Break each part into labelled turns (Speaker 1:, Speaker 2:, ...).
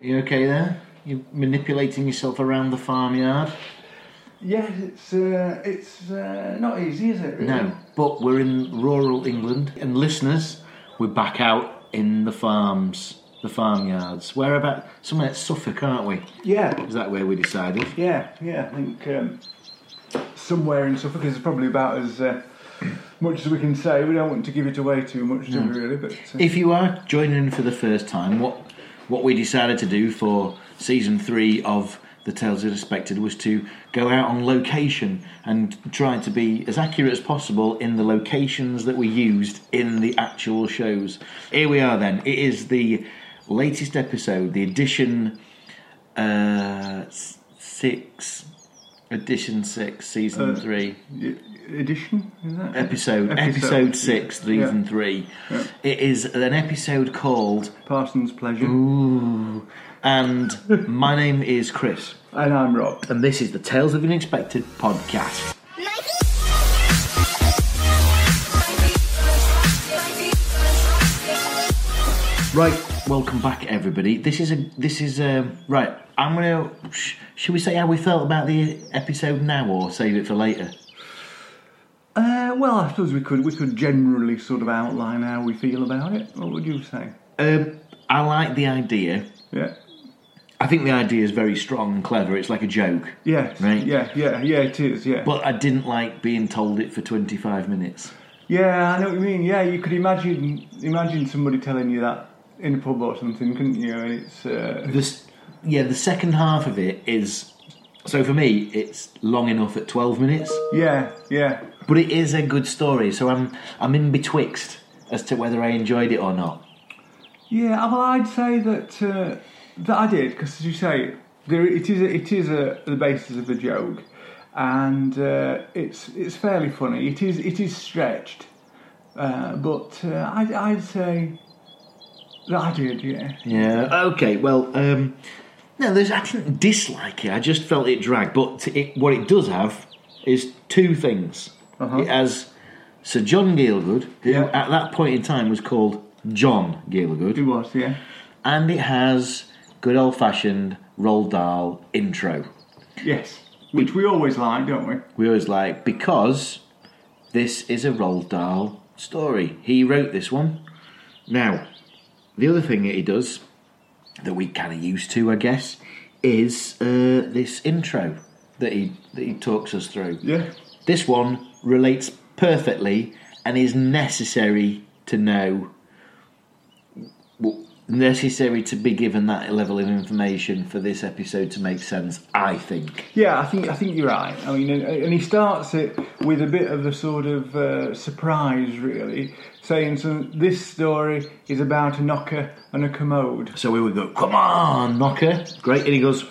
Speaker 1: Are you okay there? You're manipulating yourself around the farmyard?
Speaker 2: Yeah, it's uh, it's uh, not easy, is it? Really?
Speaker 1: No, but we're in rural England, and listeners, we're back out in the farms, the farmyards. Where about? Somewhere at Suffolk, aren't we?
Speaker 2: Yeah,
Speaker 1: Is that where we decided?
Speaker 2: yeah, yeah. I think um, somewhere in Suffolk is probably about as uh, much as we can say. We don't want to give it away too much, do
Speaker 1: Mm.
Speaker 2: we, really? But uh,
Speaker 1: If you are joining in for the first time, what what we decided to do for season three of the Tales of Respected was to go out on location and try to be as accurate as possible in the locations that we used in the actual shows. Here we are then. It is the latest episode, the edition uh, s- six, edition six, season
Speaker 2: Uh,
Speaker 1: three
Speaker 2: y- edition is that
Speaker 1: episode, episode, six, season three. It is an episode called
Speaker 2: Parsons Pleasure,
Speaker 1: Mm-hmm. Ooh, and my name is Chris,
Speaker 2: and I'm Rob.
Speaker 1: and this is the Tales of Unexpected podcast. Right, welcome back, everybody. This is a this is um right. I'm gonna. Sh- should we say how we felt about the episode now, or save it for later?
Speaker 2: Uh, well, I suppose we could we could generally sort of outline how we feel about it. What would you say?
Speaker 1: Um, I like the idea.
Speaker 2: Yeah.
Speaker 1: I think the idea is very strong and clever. It's like a joke.
Speaker 2: Yes.
Speaker 1: Right.
Speaker 2: Yeah. Yeah. Yeah. It is. Yeah.
Speaker 1: But I didn't like being told it for 25 minutes.
Speaker 2: Yeah, I know what you mean. Yeah, you could imagine imagine somebody telling you that in a pub or something, couldn't you? And it's uh,
Speaker 1: This, yeah, the second half of it is. So for me, it's long enough at 12 minutes,
Speaker 2: yeah, yeah,
Speaker 1: but it is a good story. So I'm I'm in betwixt as to whether I enjoyed it or not.
Speaker 2: yeah. uh, Well, I'd say that uh, that I did because, as you say, there it is. A, it is a, the basis of a joke, and uh, it's it's fairly funny. It is it is stretched, uh, but uh, I'd, I'd say that I did. Yeah,
Speaker 1: Yeah. Okay. Well, um, no, there's I didn't dislike it. I just felt it dragged. But it, what it does have is two things.
Speaker 2: Uh-huh.
Speaker 1: It has Sir John Gielgud, who
Speaker 2: Yeah.
Speaker 1: at that point in time was called John Gielgud.
Speaker 2: it was. Yeah,
Speaker 1: and it has good old fashioned roll Dahl intro.
Speaker 2: yes, which we always like, don't we?
Speaker 1: We always like because this is a roll Dahl story. He wrote this one. Now, the other thing that he does that we kind of used to, I guess, is uh, this intro that he that he talks us through.
Speaker 2: Yeah,
Speaker 1: This one relates perfectly and is necessary to know. w- Necessary to be given that level of information for this episode to make sense, I think.
Speaker 2: Yeah, I think I think you're right. I mean, and, and he starts it with a bit of a sort of uh, surprise, really, saying, "So this story is about a knocker and a commode."
Speaker 1: So we would go, come on, knocker. Great. And he goes,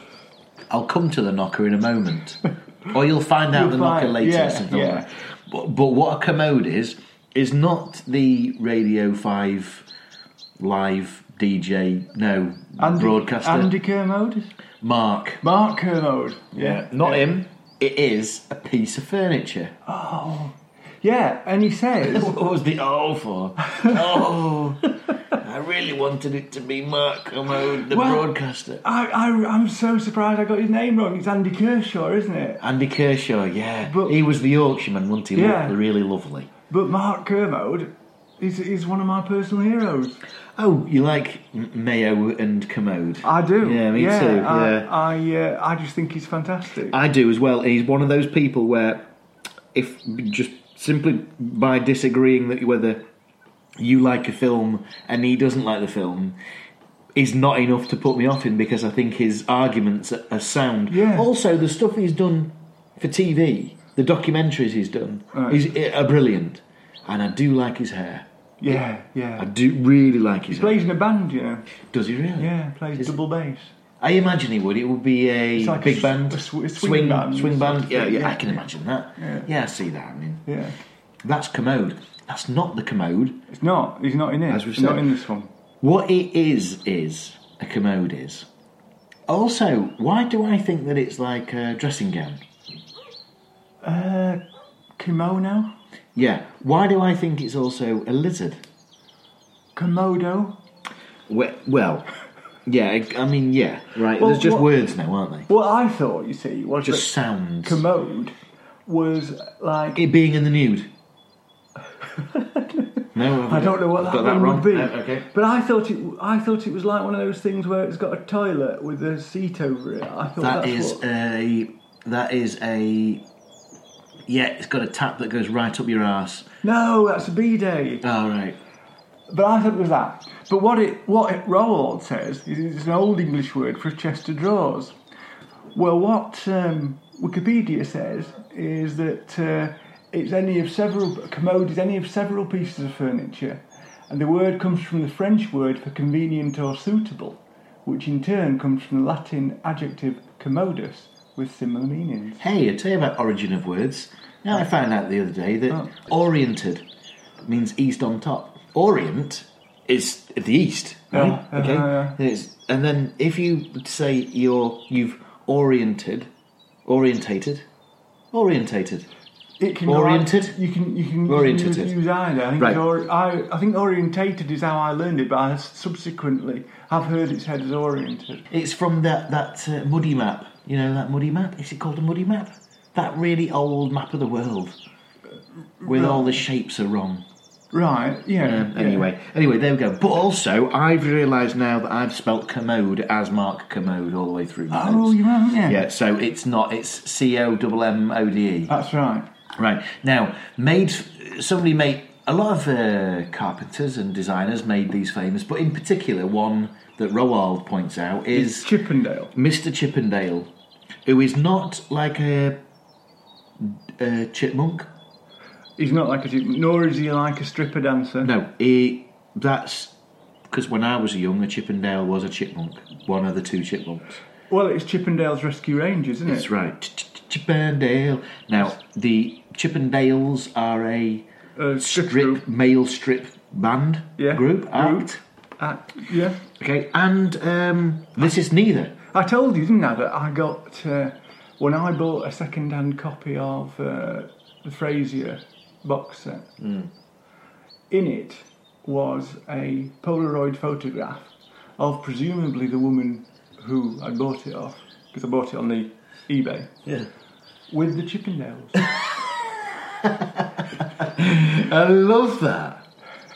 Speaker 1: I'll come to the knocker in a moment. or you'll find out
Speaker 2: You'll
Speaker 1: the knocker
Speaker 2: find-
Speaker 1: later.
Speaker 2: yeah,
Speaker 1: or something
Speaker 2: yeah.
Speaker 1: like that. But, but what a commode is, is not the Radio 5 live DJ, no, broadcaster.
Speaker 2: Andy Kermode,
Speaker 1: Mark.
Speaker 2: Mark Kermode.
Speaker 1: Not him. It is a piece of furniture.
Speaker 2: Yeah, and he says,
Speaker 1: What was the O for? oh, I really wanted it to be Mark Commode, the
Speaker 2: Well-
Speaker 1: broadcaster.
Speaker 2: I, "I I'm so surprised I got his name wrong. It's Andy Kershaw, isn't it?"
Speaker 1: Andy Kershaw, yeah.
Speaker 2: But-
Speaker 1: he was the Yorkshireman, wasn't he? Lo-
Speaker 2: Yeah.
Speaker 1: Really lovely.
Speaker 2: But Mark Kermode is is one of my personal heroes.
Speaker 1: Oh, you like M- Mayo and Commode?
Speaker 2: I do.
Speaker 1: Yeah, me too,
Speaker 2: I,
Speaker 1: yeah.
Speaker 2: I uh, I just think he's fantastic.
Speaker 1: I do as well. He's one of those people where, if just simply by disagreeing that whether you like a film and he doesn't like the film, is not enough to put me off him because I think his arguments are, are sound.
Speaker 2: Yeah.
Speaker 1: Also, the stuff he's done for TV, the documentaries he's done, is, eh, are brilliant, and I do like his hair.
Speaker 2: yeah, yeah.
Speaker 1: I do really like his hair.
Speaker 2: plays in a band, you know.
Speaker 1: Does he really?
Speaker 2: Yeah, plays double bass.
Speaker 1: I imagine he would. It would be a
Speaker 2: It's like a
Speaker 1: big
Speaker 2: s-
Speaker 1: band,
Speaker 2: a sw- a swing
Speaker 1: swing
Speaker 2: band,
Speaker 1: swing
Speaker 2: sort of
Speaker 1: band. Yeah,
Speaker 2: thing,
Speaker 1: yeah,
Speaker 2: yeah.
Speaker 1: I can imagine that.
Speaker 2: Yeah.
Speaker 1: Yeah, I see that. I mean,
Speaker 2: Yeah,
Speaker 1: that's commode. That's not the commode.
Speaker 2: it's not. He's not in it.
Speaker 1: As we
Speaker 2: He's not
Speaker 1: said.
Speaker 2: in this one.
Speaker 1: What it is is a commode is. Also, why do I think that it's like a dressing gown?
Speaker 2: Uh, kimono,
Speaker 1: Yeah. Why do I think it's also a lizard?
Speaker 2: komodo.
Speaker 1: We- Well, Yeah, I- I mean, yeah, right.
Speaker 2: Well,
Speaker 1: There's just
Speaker 2: what-
Speaker 1: words now, aren't they?
Speaker 2: What I thought, you see, was
Speaker 1: Just
Speaker 2: that
Speaker 1: sounds.
Speaker 2: commode was like.
Speaker 1: it being in the nude. no,
Speaker 2: I don't know what that,
Speaker 1: got that
Speaker 2: one
Speaker 1: wrong.
Speaker 2: would be,
Speaker 1: No, okay.
Speaker 2: but I thought it. I thought it was like one of those things where it's got a toilet with a seat over it. I thought
Speaker 1: That
Speaker 2: that's
Speaker 1: is
Speaker 2: what-
Speaker 1: a. That is a. Yeah, it's got a tap that goes right up your ass.
Speaker 2: no, that's a b day.
Speaker 1: All right.
Speaker 2: But I thought it was that. But what it what it Roald says is it's an old English word for a chest of drawers. Well, what um, Wikipedia says is that uh, it's any of several a commode is any of several pieces of furniture, and the word comes from the French word for convenient or suitable, which in turn comes from the Latin adjective commodus with similar meanings.
Speaker 1: Hey, I tell you about origin of words. Now I found out the other day that
Speaker 2: Oh.
Speaker 1: oriented means east on top. Orient is the east, right?
Speaker 2: Yeah,
Speaker 1: okay.
Speaker 2: uh-huh, yeah.
Speaker 1: And it's- and then if you say you're you've oriented, orientated, orientated.
Speaker 2: It can
Speaker 1: Oriented?
Speaker 2: you can you can
Speaker 1: Orientated.
Speaker 2: use- use either. I think,
Speaker 1: Right.
Speaker 2: it's or, I, I think orientated is how I learned it, but I subsequently have heard it's head as oriented.
Speaker 1: It's from that that uh, muddy map. You know that muddy map. Is it called a muddy map? That really old map of the world, with all the shapes are wrong.
Speaker 2: Right? Yeah.
Speaker 1: Um,
Speaker 2: yeah.
Speaker 1: anyway, anyway, there we go. But also, I've realised now that I've spelt commode as Mark Commode all the way through. my
Speaker 2: Oh,
Speaker 1: notes.
Speaker 2: you have, yeah.
Speaker 1: yeah. So it's not. It's C O M M O D E.
Speaker 2: That's right.
Speaker 1: Right now, made somebody made a lot of uh, carpenters and designers made these famous, but in particular, one that Roald points out is
Speaker 2: Chippendale.
Speaker 1: Mr. Chippendale, who is not like a, a chipmunk.
Speaker 2: He's not like a chip, nor is he like a stripper dancer.
Speaker 1: No, he, that's because when I was young, a Chippendale was a chipmunk, one of the two chipmunks.
Speaker 2: Well, it's Chippendale's Rescue Rangers, isn't
Speaker 1: That's
Speaker 2: it?
Speaker 1: right, Ch- Ch- Chippendale. Now, the Chippendales are a
Speaker 2: Uh, strip
Speaker 1: strip, male strip band
Speaker 2: Yeah.
Speaker 1: group
Speaker 2: Group.
Speaker 1: act.
Speaker 2: Uh, yeah.
Speaker 1: Okay, and um, this is neither.
Speaker 2: I told you, didn't I, that I got uh, when I bought a second-hand copy of uh, the Frasier box set.
Speaker 1: Hmm.
Speaker 2: In it was a Polaroid photograph of presumably the woman who I bought it off because I bought it on the eBay
Speaker 1: Yeah.
Speaker 2: with the Chippendales.
Speaker 1: I love that.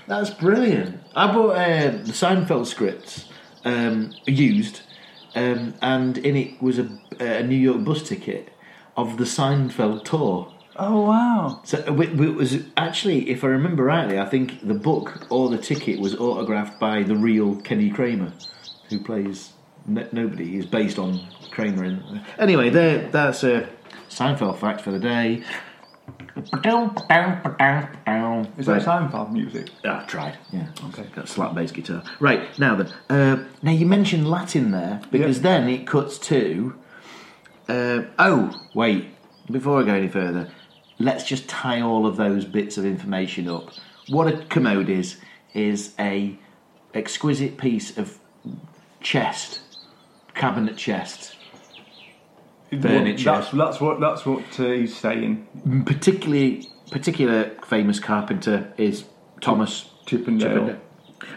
Speaker 1: That's brilliant. I bought uh, the Seinfeld scripts um, used, um, and in it was a, a New York bus ticket of the Seinfeld tour.
Speaker 2: oh wow!
Speaker 1: So it, it was actually, if I remember rightly, I think the book or the ticket was autographed by the real Kenny Kramer, who plays N- nobody. Is based on Kramer. In, anyway, there. That's a Seinfeld fact for the day.
Speaker 2: Is
Speaker 1: Right.
Speaker 2: that Seinfeld music?
Speaker 1: Ah, I tried. Yeah.
Speaker 2: Okay.
Speaker 1: Got a slap bass guitar. Right now then. Uh, now you mentioned Latin there because
Speaker 2: Yep.
Speaker 1: then it cuts to. Uh, oh wait! Before I go any further, let's just tie all of those bits of information up. What a commode is is a exquisite piece of chest, cabinet chest, Furniture.
Speaker 2: That's, that's what that's what uh, he's saying.
Speaker 1: particularly particular famous carpenter is Thomas
Speaker 2: Chippendale.
Speaker 1: Chippendale.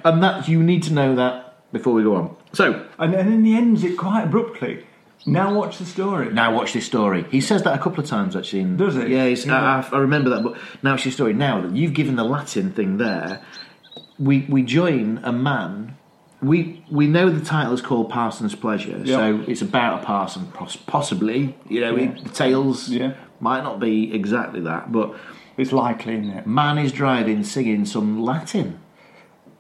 Speaker 1: And that you need to know that before we go on. So
Speaker 2: And, and then he ends it quite abruptly. Now watch the story.
Speaker 1: now watch this story. He says that a couple of times actually. In,
Speaker 2: Does he?
Speaker 1: Yeah, he's,
Speaker 2: Yeah.
Speaker 1: I, I, I remember that. But now watch this story. Now that you've given the Latin thing there, we we join a man. We we know the title is called Parson's Pleasure, so it's about a parson, poss- possibly. You know,
Speaker 2: Yeah.
Speaker 1: it- the tales
Speaker 2: Yeah.
Speaker 1: might not be exactly that, but
Speaker 2: It's likely, isn't it?
Speaker 1: man is driving, singing some Latin.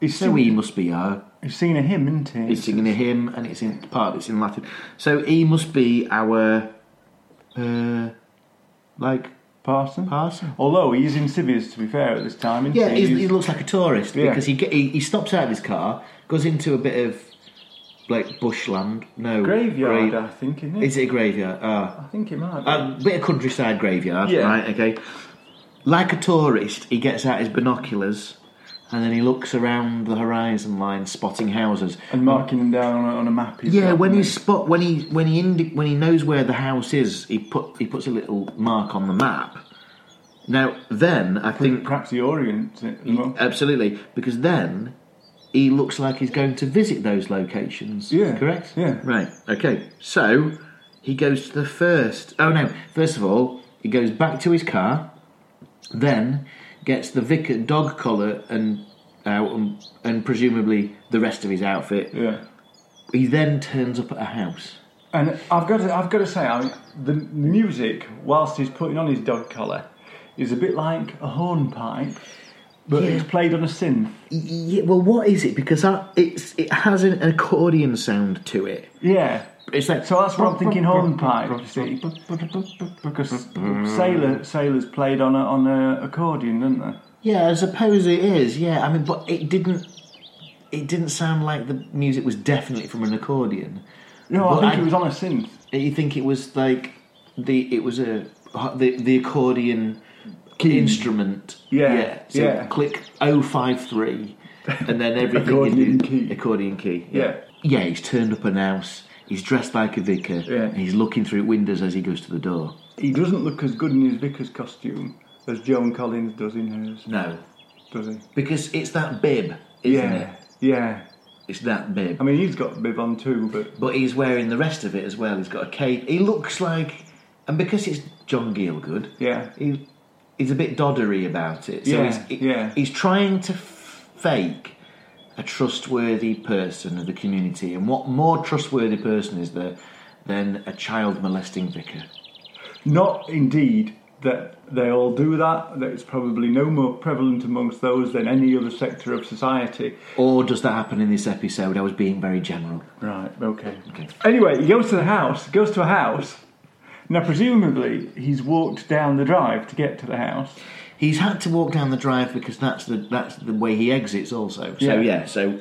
Speaker 2: He's
Speaker 1: So
Speaker 2: seen,
Speaker 1: he must be our
Speaker 2: he's seen a hymn, isn't he?
Speaker 1: He's singing a hymn, and it's in part of it's in Latin. So he must be our, uh, like
Speaker 2: Parson.
Speaker 1: parson.
Speaker 2: Although he is insidious, to be fair, at this time. Isn't
Speaker 1: Yeah,
Speaker 2: he?
Speaker 1: he's, he looks like a tourist
Speaker 2: Yeah.
Speaker 1: because he, ge- he he stops out of his car, goes into a bit of like bushland. No
Speaker 2: graveyard,
Speaker 1: grave-
Speaker 2: I think, isn't it?
Speaker 1: is it a graveyard? Ah,
Speaker 2: I think it might. Be.
Speaker 1: a bit of countryside graveyard.
Speaker 2: Yeah.
Speaker 1: Right. Okay. Like a tourist, he gets out his binoculars. And then he looks around the horizon line, spotting houses.
Speaker 2: and marking them down on a, on a map. uh, he's
Speaker 1: Yeah,
Speaker 2: got,
Speaker 1: when he
Speaker 2: isn't
Speaker 1: spot when he when he indi- when he knows where the house is, he put he puts a little mark on the map. Now, then I
Speaker 2: he?
Speaker 1: think
Speaker 2: perhaps the Orient. Well,
Speaker 1: absolutely because then he looks like he's going to visit those locations.
Speaker 2: Yeah.
Speaker 1: Correct?
Speaker 2: Yeah.
Speaker 1: Right. Okay. So he goes to the first. Oh no! First of all, he goes back to his car, then gets the vicar dog collar and out and, and presumably the rest of his outfit.
Speaker 2: Yeah.
Speaker 1: He then turns up at a house.
Speaker 2: And I've got to, I've got to say, I mean, the music whilst he's putting on his dog collar is a bit like a hornpipe, but
Speaker 1: Yeah.
Speaker 2: it's played on a synth.
Speaker 1: Y- Yeah, well, what is it? Because I, it's it has an accordion sound to it.
Speaker 2: Yeah.
Speaker 1: It's like
Speaker 2: So that's what I'm thinking hornpipe, you see. Because sailor, sailors played on a, on a accordion, didn't they?
Speaker 1: Yeah, I suppose it is. Yeah, I mean, but it didn't. It didn't sound like the music was definitely from an accordion.
Speaker 2: No, I
Speaker 1: Well,
Speaker 2: think
Speaker 1: I-
Speaker 2: it was on a synth.
Speaker 1: You think it was like the it was a the the accordion instrument.
Speaker 2: Yeah,
Speaker 1: So
Speaker 2: yeah.
Speaker 1: click 053 and then everything
Speaker 2: Accordion
Speaker 1: is,
Speaker 2: key.
Speaker 1: Accordion key.
Speaker 2: Yeah.
Speaker 1: Yeah, he's turned up an house. He's dressed like a vicar.
Speaker 2: Yeah.
Speaker 1: And he's looking through windows as he goes to the door.
Speaker 2: He doesn't look as good in his vicar's costume as Joan Collins does in hers,
Speaker 1: No,
Speaker 2: does he?
Speaker 1: because it's that bib, isn't
Speaker 2: Yeah.
Speaker 1: it?
Speaker 2: Yeah.
Speaker 1: It's that bib.
Speaker 2: I mean, he's got a bib on too, but
Speaker 1: But he's wearing the rest of it as well. He's got a cape. He looks like, and because it's John Gielgud,
Speaker 2: yeah.
Speaker 1: he, he's a bit doddery about it. So
Speaker 2: Yeah,
Speaker 1: he's, he-
Speaker 2: yeah.
Speaker 1: he's trying to f- fake a trustworthy person of the community. And what more trustworthy person is there than a child molesting vicar?
Speaker 2: Not indeed that they all do that, that it's probably no more prevalent amongst those than any other sector of society.
Speaker 1: Or does that happen in this episode? I was being very general.
Speaker 2: Right, okay.
Speaker 1: Okay.
Speaker 2: Anyway, he goes to the house, goes to a house. Now, presumably, he's walked down the drive to get to the house.
Speaker 1: He's had to walk down the drive because that's the that's the way he exits. Also, so
Speaker 2: Yeah.
Speaker 1: yeah, so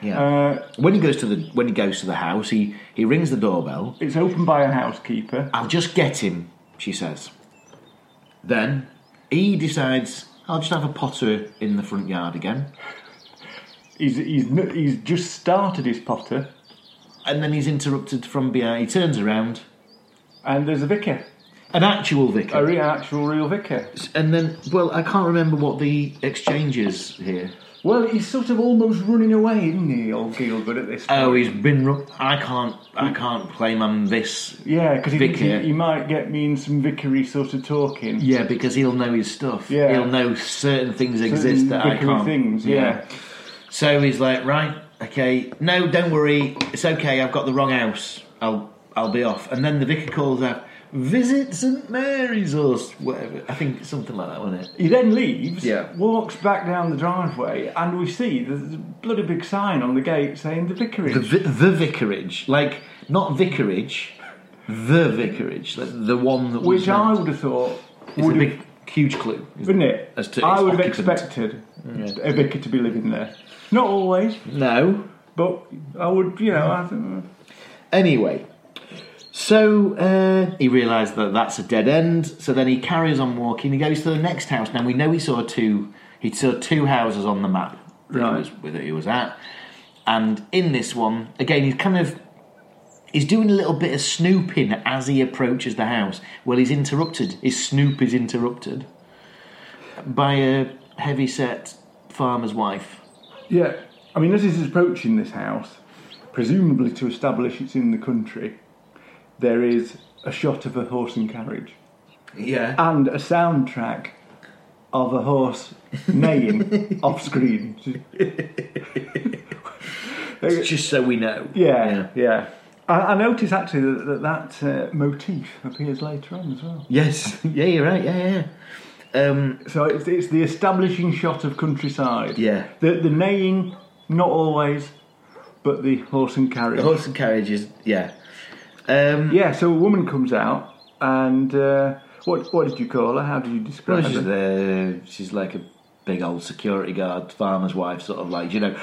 Speaker 1: yeah.
Speaker 2: Uh,
Speaker 1: When he goes to the when he goes to the house, he he rings the doorbell.
Speaker 2: it's opened by a housekeeper.
Speaker 1: I'll just get him, she says. Then he decides I'll just have a potter in the front yard again,
Speaker 2: He's, he's, n- he's just started his potter,
Speaker 1: and then he's interrupted from behind. He turns around,
Speaker 2: and there's a vicar,
Speaker 1: an actual
Speaker 2: a
Speaker 1: vicar,
Speaker 2: real, actual real vicar.
Speaker 1: and then well, I can't remember what the exchange is here.
Speaker 2: Well, he's sort of almost running away, isn't he, old Gilbert, at this point?
Speaker 1: Oh, he's been. Ru- I can't. I can't claim I'm this.
Speaker 2: Yeah, because he, thinks he,
Speaker 1: Vicar.
Speaker 2: he might get me in some vicary sort of talking.
Speaker 1: Yeah, because he'll know his stuff.
Speaker 2: Yeah.
Speaker 1: He'll know certain things
Speaker 2: Certain
Speaker 1: exist that I
Speaker 2: vicary
Speaker 1: can't.
Speaker 2: things, yeah.
Speaker 1: So he's like, right, okay, no, don't worry, it's okay. I've got the wrong house. I'll I'll be off. And then the vicar calls out, visit St Mary's or s- whatever. I think it's something like that, wasn't it?
Speaker 2: He then leaves,
Speaker 1: Yeah.
Speaker 2: walks back down the driveway, and we see there's a bloody big sign on the gate saying the vicarage.
Speaker 1: The vi- the vicarage, like not vicarage, the vicarage, like the one that was
Speaker 2: which I
Speaker 1: meant.
Speaker 2: would have thought
Speaker 1: It's a
Speaker 2: would have,
Speaker 1: big, huge clue,
Speaker 2: wouldn't it?
Speaker 1: As to
Speaker 2: I
Speaker 1: its
Speaker 2: would have
Speaker 1: occupant.
Speaker 2: expected a vicar to be living there. Not always,
Speaker 1: No,
Speaker 2: but I would, you know, I think,
Speaker 1: Anyway, so uh, he realised that that's a dead end. So then he carries on walking. He goes to the next house. Now we know he saw two. He saw two houses on the map that,
Speaker 2: Right.
Speaker 1: he, was, that he was at, and in this one again, he's kind of he's doing a little bit of snooping as he approaches the house. Well, he's interrupted. His snoop is interrupted by a heavy-set farmer's wife.
Speaker 2: yeah. I mean, as he's approaching this house, presumably to establish it's in the country, there is a shot of a horse and carriage.
Speaker 1: Yeah.
Speaker 2: and a soundtrack of a horse neighing off screen.
Speaker 1: Just so we know.
Speaker 2: Yeah, yeah. I, I notice actually that that, that uh, motif appears later on as well.
Speaker 1: Yes. Yeah, you're right. Yeah, yeah. Um,
Speaker 2: So it's, it's the establishing shot of countryside.
Speaker 1: yeah.
Speaker 2: The, the neighing, not always, but the horse and carriage.
Speaker 1: The horse and carriage is yeah. Um,
Speaker 2: Yeah, so a woman comes out and. Uh, what, what did you call her? How did you
Speaker 1: well,
Speaker 2: describe
Speaker 1: she's
Speaker 2: her?
Speaker 1: there. She's like a big old security guard, farmer's wife, sort of like you know.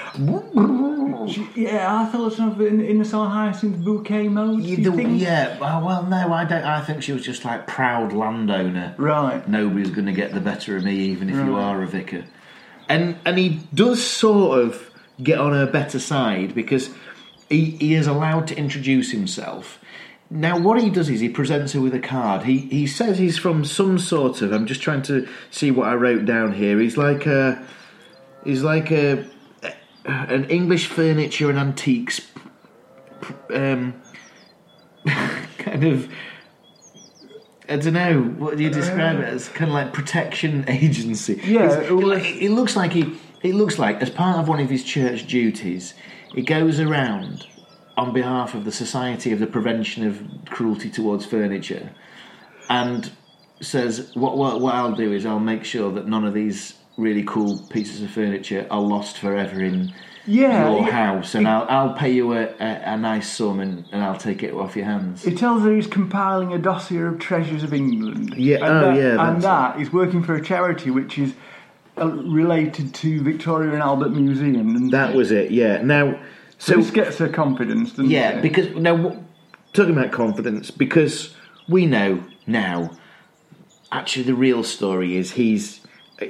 Speaker 2: She- yeah, I thought sort of in, in the Song Hyacinth bouquet mode.
Speaker 1: You
Speaker 2: do you
Speaker 1: do-
Speaker 2: think?
Speaker 1: yeah. Well, well, no, I don't. I think she was just like proud landowner.
Speaker 2: Right.
Speaker 1: Nobody's going to get the better of me, even if you are a vicar. And and he does sort of get on her better side because he he is allowed to introduce himself. Now what he does is he presents her with a card. He he says he's from some sort of. I'm just trying to see what I wrote down here. He's like a he's like a an English furniture and antiques p- um, kind of. I don't know what do you describe it as kind of like protection agency.
Speaker 2: Uh, Yeah,
Speaker 1: It's-
Speaker 2: it was-
Speaker 1: it, it looks like he. It looks like as part of one of his church duties, he goes around on behalf of the Society of the Prevention of Cruelty Towards Furniture, and says what what, what I'll do is I'll make sure that none of these really cool pieces of furniture are lost forever in
Speaker 2: Yeah,
Speaker 1: your
Speaker 2: yeah.
Speaker 1: house, and I'll I'll pay you a, a, a nice sum and, and I'll take it off your hands.
Speaker 2: It tells her he's compiling a dossier of treasures of England.
Speaker 1: Yeah,
Speaker 2: and
Speaker 1: oh,
Speaker 2: that,
Speaker 1: yeah,
Speaker 2: and
Speaker 1: that's
Speaker 2: that is working for a charity which is uh, related to Victoria and Albert Museum. And
Speaker 1: That was it, yeah. Now, so
Speaker 2: this gets her confidence, doesn't
Speaker 1: yeah,
Speaker 2: it?
Speaker 1: because now wh- talking about confidence, because we know now. Actually, the real story is he's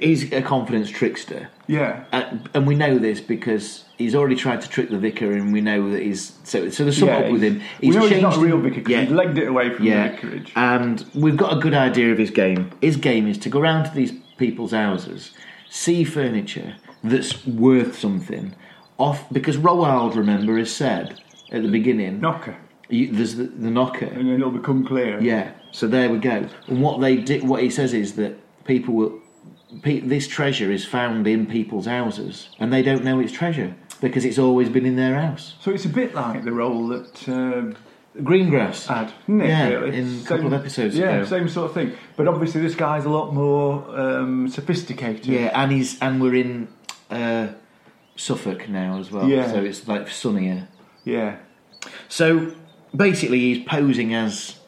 Speaker 1: he's a confidence trickster.
Speaker 2: yeah,
Speaker 1: Uh, and we know this because he's already tried to trick the vicar, and we know that he's so. So there's something
Speaker 2: yeah,
Speaker 1: up with him.
Speaker 2: we know he's not a real vicar. 'cause
Speaker 1: Yeah.
Speaker 2: He's legged it away from
Speaker 1: yeah,
Speaker 2: the vicarage.
Speaker 1: and we've got a good idea of his game. His game is to go round to these people's houses, see furniture that's worth something, off because Roald, remember, has said at the beginning,
Speaker 2: Knocker,
Speaker 1: you, there's the, the knocker.
Speaker 2: and then it'll become clear.
Speaker 1: Yeah. So there we go. And what they did, what he says is that people will. Pe- this treasure is found in people's houses, and they don't know it's treasure because it's always been in their house.
Speaker 2: So it's a bit like the role that um,
Speaker 1: Greengrass.
Speaker 2: had, isn't it?
Speaker 1: Yeah,
Speaker 2: really?
Speaker 1: in a couple of episodes
Speaker 2: Yeah,
Speaker 1: ago.
Speaker 2: same sort of thing. But obviously, this guy's a lot more um, sophisticated.
Speaker 1: yeah, and he's and we're in uh, Suffolk now as well.
Speaker 2: Yeah.
Speaker 1: So it's like sunnier.
Speaker 2: yeah.
Speaker 1: So basically, he's posing as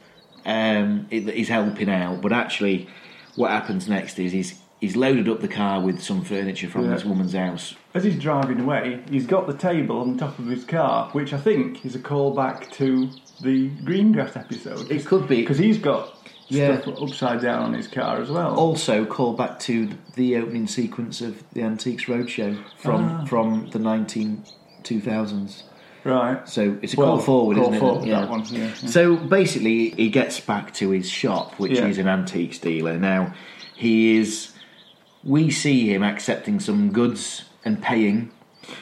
Speaker 1: um, he- he's helping out, but actually, what happens next is he's he's loaded up the car with some furniture from
Speaker 2: Yeah.
Speaker 1: this woman's house.
Speaker 2: As he's driving away, he's got the table on top of his car, which I think is a callback to the Greengrass episode.
Speaker 1: It could be
Speaker 2: because he's got
Speaker 1: Yeah. Oh,
Speaker 2: stuff upside down on his car as well.
Speaker 1: also call back to the opening sequence of the Antiques Roadshow from
Speaker 2: Ah.
Speaker 1: from the 19 2000s.
Speaker 2: Right.
Speaker 1: So it's a
Speaker 2: Well,
Speaker 1: call forward,
Speaker 2: call
Speaker 1: isn't
Speaker 2: forward,
Speaker 1: it? Yeah.
Speaker 2: that one, yeah.
Speaker 1: So basically, he gets back to his shop, which
Speaker 2: Yeah.
Speaker 1: is an antiques dealer. Now, he is. We see him accepting some goods and paying.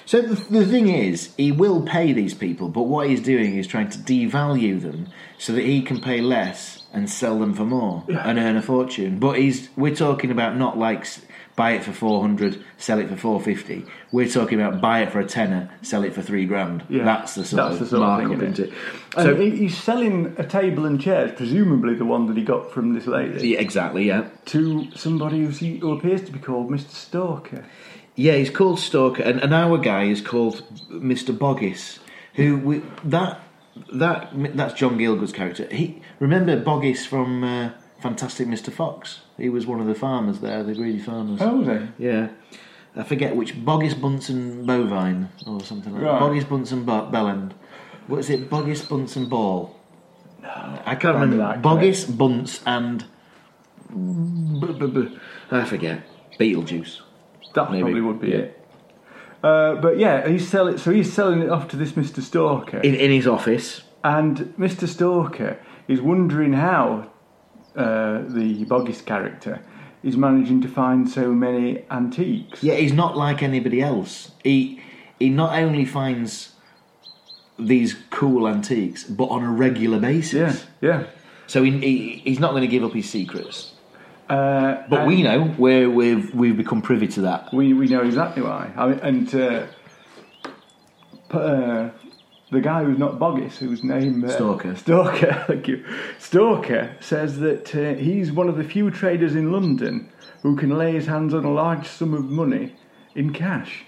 Speaker 1: So the, the thing is, he will pay these people, but what he's doing is trying to devalue them so that he can pay less and sell them for more and earn a fortune. But he's we're talking about not like s- buy it for four hundred, sell it for four fifty. We're talking about buy it for a tenner, sell it for three grand.
Speaker 2: Yeah.
Speaker 1: That's the sort
Speaker 2: That's
Speaker 1: of
Speaker 2: the sort of thing,
Speaker 1: markup,
Speaker 2: isn't
Speaker 1: isn't it?
Speaker 2: And
Speaker 1: So
Speaker 2: he he's selling a table and chairs, presumably the one that he got from this lady,
Speaker 1: Yeah, exactly. Yeah,
Speaker 2: to somebody who's, who appears to be called Mr. Stalker.
Speaker 1: yeah. He's called Stalker, and, and our guy is called Mister Boggis. Who we, that that that's John Gielgud's character. He remember Boggis from uh, Fantastic Mister Fox. He was one of the farmers there, the greedy farmers.
Speaker 2: Oh, they?
Speaker 1: Yeah. I forget which Boggis Bunsen Bovine or something like
Speaker 2: Right.
Speaker 1: that. Boggis Bunsen Bo- Belland. What is it? Boggis Bunsen Ball. No, I can't remember that.
Speaker 2: that,
Speaker 1: Boggis Bunce and b- b- b- I forget. Beetlejuice.
Speaker 2: That
Speaker 1: Maybe.
Speaker 2: probably would be
Speaker 1: Yeah.
Speaker 2: it. Uh, but yeah, he's selling. So he's selling it off to this Mr. Stalker.
Speaker 1: In, in his office.
Speaker 2: And Mr. Stalker is wondering how uh, the Boggis character is managing to find so many antiques.
Speaker 1: Yeah, he's not like anybody else. He he not only finds these cool antiques, but on a regular
Speaker 2: yeah.
Speaker 1: basis.
Speaker 2: yeah.
Speaker 1: So he, he, he's not going to give up his secrets.
Speaker 2: Uh,
Speaker 1: But
Speaker 2: and
Speaker 1: we know we're, we've we've become privy to that.
Speaker 2: we we know exactly why. I mean, and uh, p- uh, the guy who's not Boggis, whose name uh,
Speaker 1: Stalker.
Speaker 2: Stalker, thank you. Stalker says that uh, he's one of the few traders in London who can lay his hands on a large sum of money in cash.